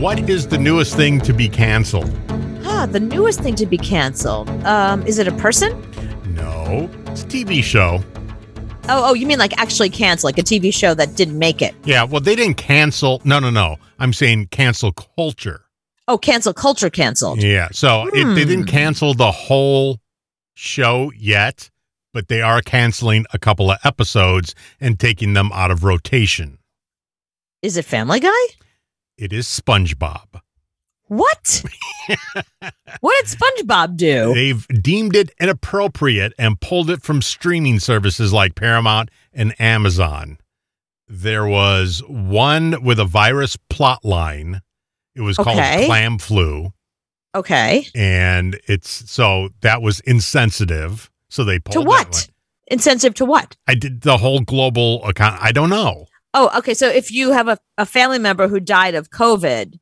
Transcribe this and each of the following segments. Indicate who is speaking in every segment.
Speaker 1: What is the newest thing to be canceled?
Speaker 2: Ah, the newest thing to be canceled. Um, is it a person?
Speaker 1: No, it's a TV show.
Speaker 2: Oh, oh, you mean like actually cancel, like a TV show that didn't make it?
Speaker 1: Yeah, well, they didn't cancel. No, no, no. I'm saying cancel culture.
Speaker 2: Oh, cancel culture canceled.
Speaker 1: Yeah, so it, they didn't
Speaker 2: Hmm.
Speaker 1: cancel the whole show yet, but they are canceling a couple of episodes and taking them out of rotation.
Speaker 2: Is it Family Guy?
Speaker 1: It is SpongeBob.
Speaker 2: What? what did SpongeBob do?
Speaker 1: They've deemed it inappropriate and pulled it from streaming services like Paramount and Amazon. There was one with a virus plot line. It was called
Speaker 2: Okay.
Speaker 1: Clam Flu.
Speaker 2: Okay.
Speaker 1: And it's so that was insensitive. So they pulled
Speaker 2: To
Speaker 1: that one.
Speaker 2: what? Insensitive to what?
Speaker 1: I did the whole global account. I don't know.
Speaker 2: Oh, okay. So if you have a, a family member who died of COVID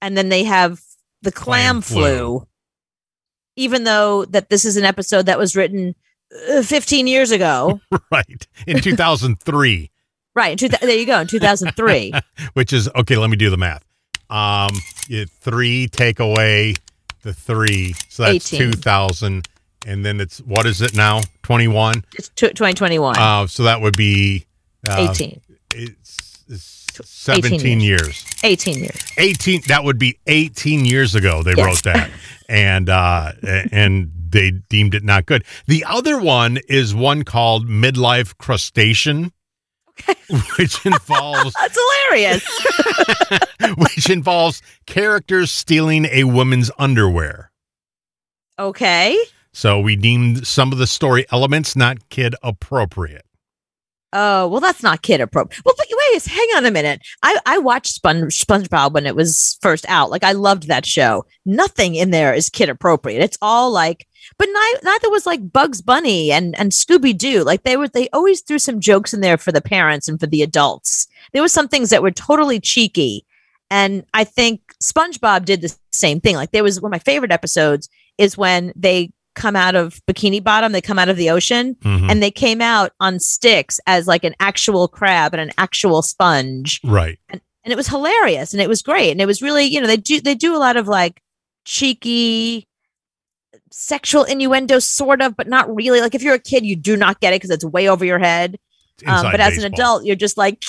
Speaker 2: and then they have the
Speaker 1: Clam
Speaker 2: clam,
Speaker 1: flu.
Speaker 2: flu, even though that this is an episode that was written uh, 15 years ago,
Speaker 1: Right. In 2003,
Speaker 2: right? In two thou- there you go, in 2003.
Speaker 1: which is okay, let me do the math. Um, yeah, three take away the three. So that's
Speaker 2: 18.
Speaker 1: 2000. And then it's what is it now? 21.
Speaker 2: it's tw 2021,
Speaker 1: Uh, so that would be uh,
Speaker 2: 18,
Speaker 1: It's, it's 17 years.
Speaker 2: 18 years.
Speaker 1: 18 that would be 18 years ago they
Speaker 2: Yes.
Speaker 1: wrote that and uh a- and they deemed it not good the other one is one called midlife crustacean which involves
Speaker 2: That's hilarious.
Speaker 1: which involves characters stealing a woman's underwear
Speaker 2: Okay.
Speaker 1: so we deemed some of the story elements not kid appropriate
Speaker 2: Oh, well, that's not kid appropriate. Well, but wait, s- hang on a minute. I, I watched Sponge, SpongeBob when it was first out. Like, I loved that show. Nothing in there is kid appropriate. It's all like, but ni- neither was like Bugs Bunny and, and Scooby Doo. Like, they were, they always threw some jokes in there for the parents and for the adults. There were some things that were totally cheeky. And I think SpongeBob did the same thing. Like, there was one of my favorite episodes is when they come out of Bikini Bottom, they come out of the ocean
Speaker 1: Mhm.
Speaker 2: and they came out on sticks as like an actual crab and an actual sponge
Speaker 1: right
Speaker 2: and it was hilarious and it was great and it was really you know they do they do a lot of like cheeky sexual innuendo sort of but not really like if you're a kid you do not get it because it's way over your head
Speaker 1: It's
Speaker 2: um,
Speaker 1: inside
Speaker 2: but as an
Speaker 1: baseball.
Speaker 2: adult you're just like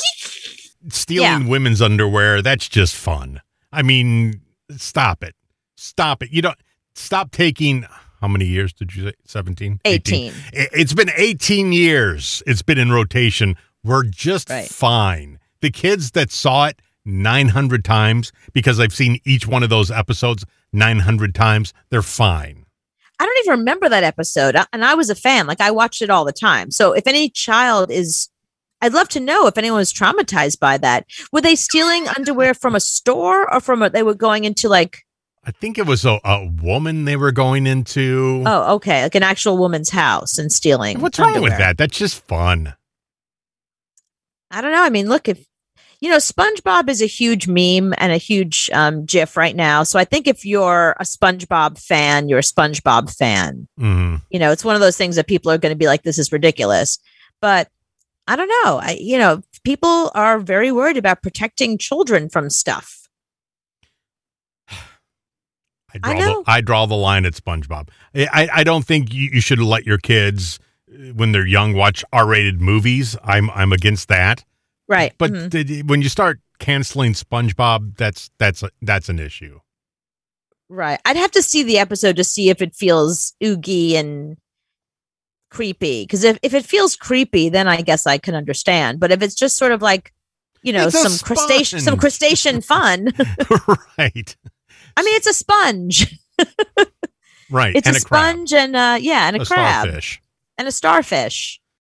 Speaker 1: stealing women's underwear that's just fun i mean stop it stop it you don't stop taking how many years did you say 17
Speaker 2: 18
Speaker 1: I- it's been 18 years it's been in rotation we're just
Speaker 2: Right.
Speaker 1: fine the kids that saw it 900 times because i've seen each one of those episodes 900 times they're fine
Speaker 2: I don't even remember that episode. I- And I was a fan. Like I watched it all the time. So if any child is, I'd love to know if anyone was traumatized by that. Were they stealing underwear from a store or from a, they were going into like,
Speaker 1: i think it was a, a woman they were going into
Speaker 2: oh, okay, like an actual woman's house and stealing.
Speaker 1: Mm. what's wrong with
Speaker 2: underwear?
Speaker 1: that that's just fun
Speaker 2: I don't know. I mean, look, if, you know, SpongeBob is a huge meme and a huge um, GIF right now. So I think if you're a SpongeBob fan, you're a SpongeBob fan.
Speaker 1: Mhm.
Speaker 2: you know it's one of those things that people are going to be like this is ridiculous but i don't know i you know people are very worried about protecting children from stuff
Speaker 1: I draw,
Speaker 2: I
Speaker 1: the,
Speaker 2: know.
Speaker 1: I draw the line at SpongeBob. I, I, I don't think you, you should let your kids uh, when they're young watch R-rated movies. I'm I'm against that.
Speaker 2: right
Speaker 1: But
Speaker 2: mhm.
Speaker 1: th- when you start canceling SpongeBob, that's that's that's an issue.
Speaker 2: right i'd have to see the episode to see if it feels oogie and creepy because if, if it feels creepy then i guess i can understand but if it's just sort of like you know
Speaker 1: It's a
Speaker 2: some crustacean some
Speaker 1: sponge.
Speaker 2: crustacean fun
Speaker 1: right.
Speaker 2: i mean it's a sponge
Speaker 1: Right.
Speaker 2: it's
Speaker 1: and crab.
Speaker 2: a sponge and uh yeah and a, crab
Speaker 1: starfish.
Speaker 2: and a starfish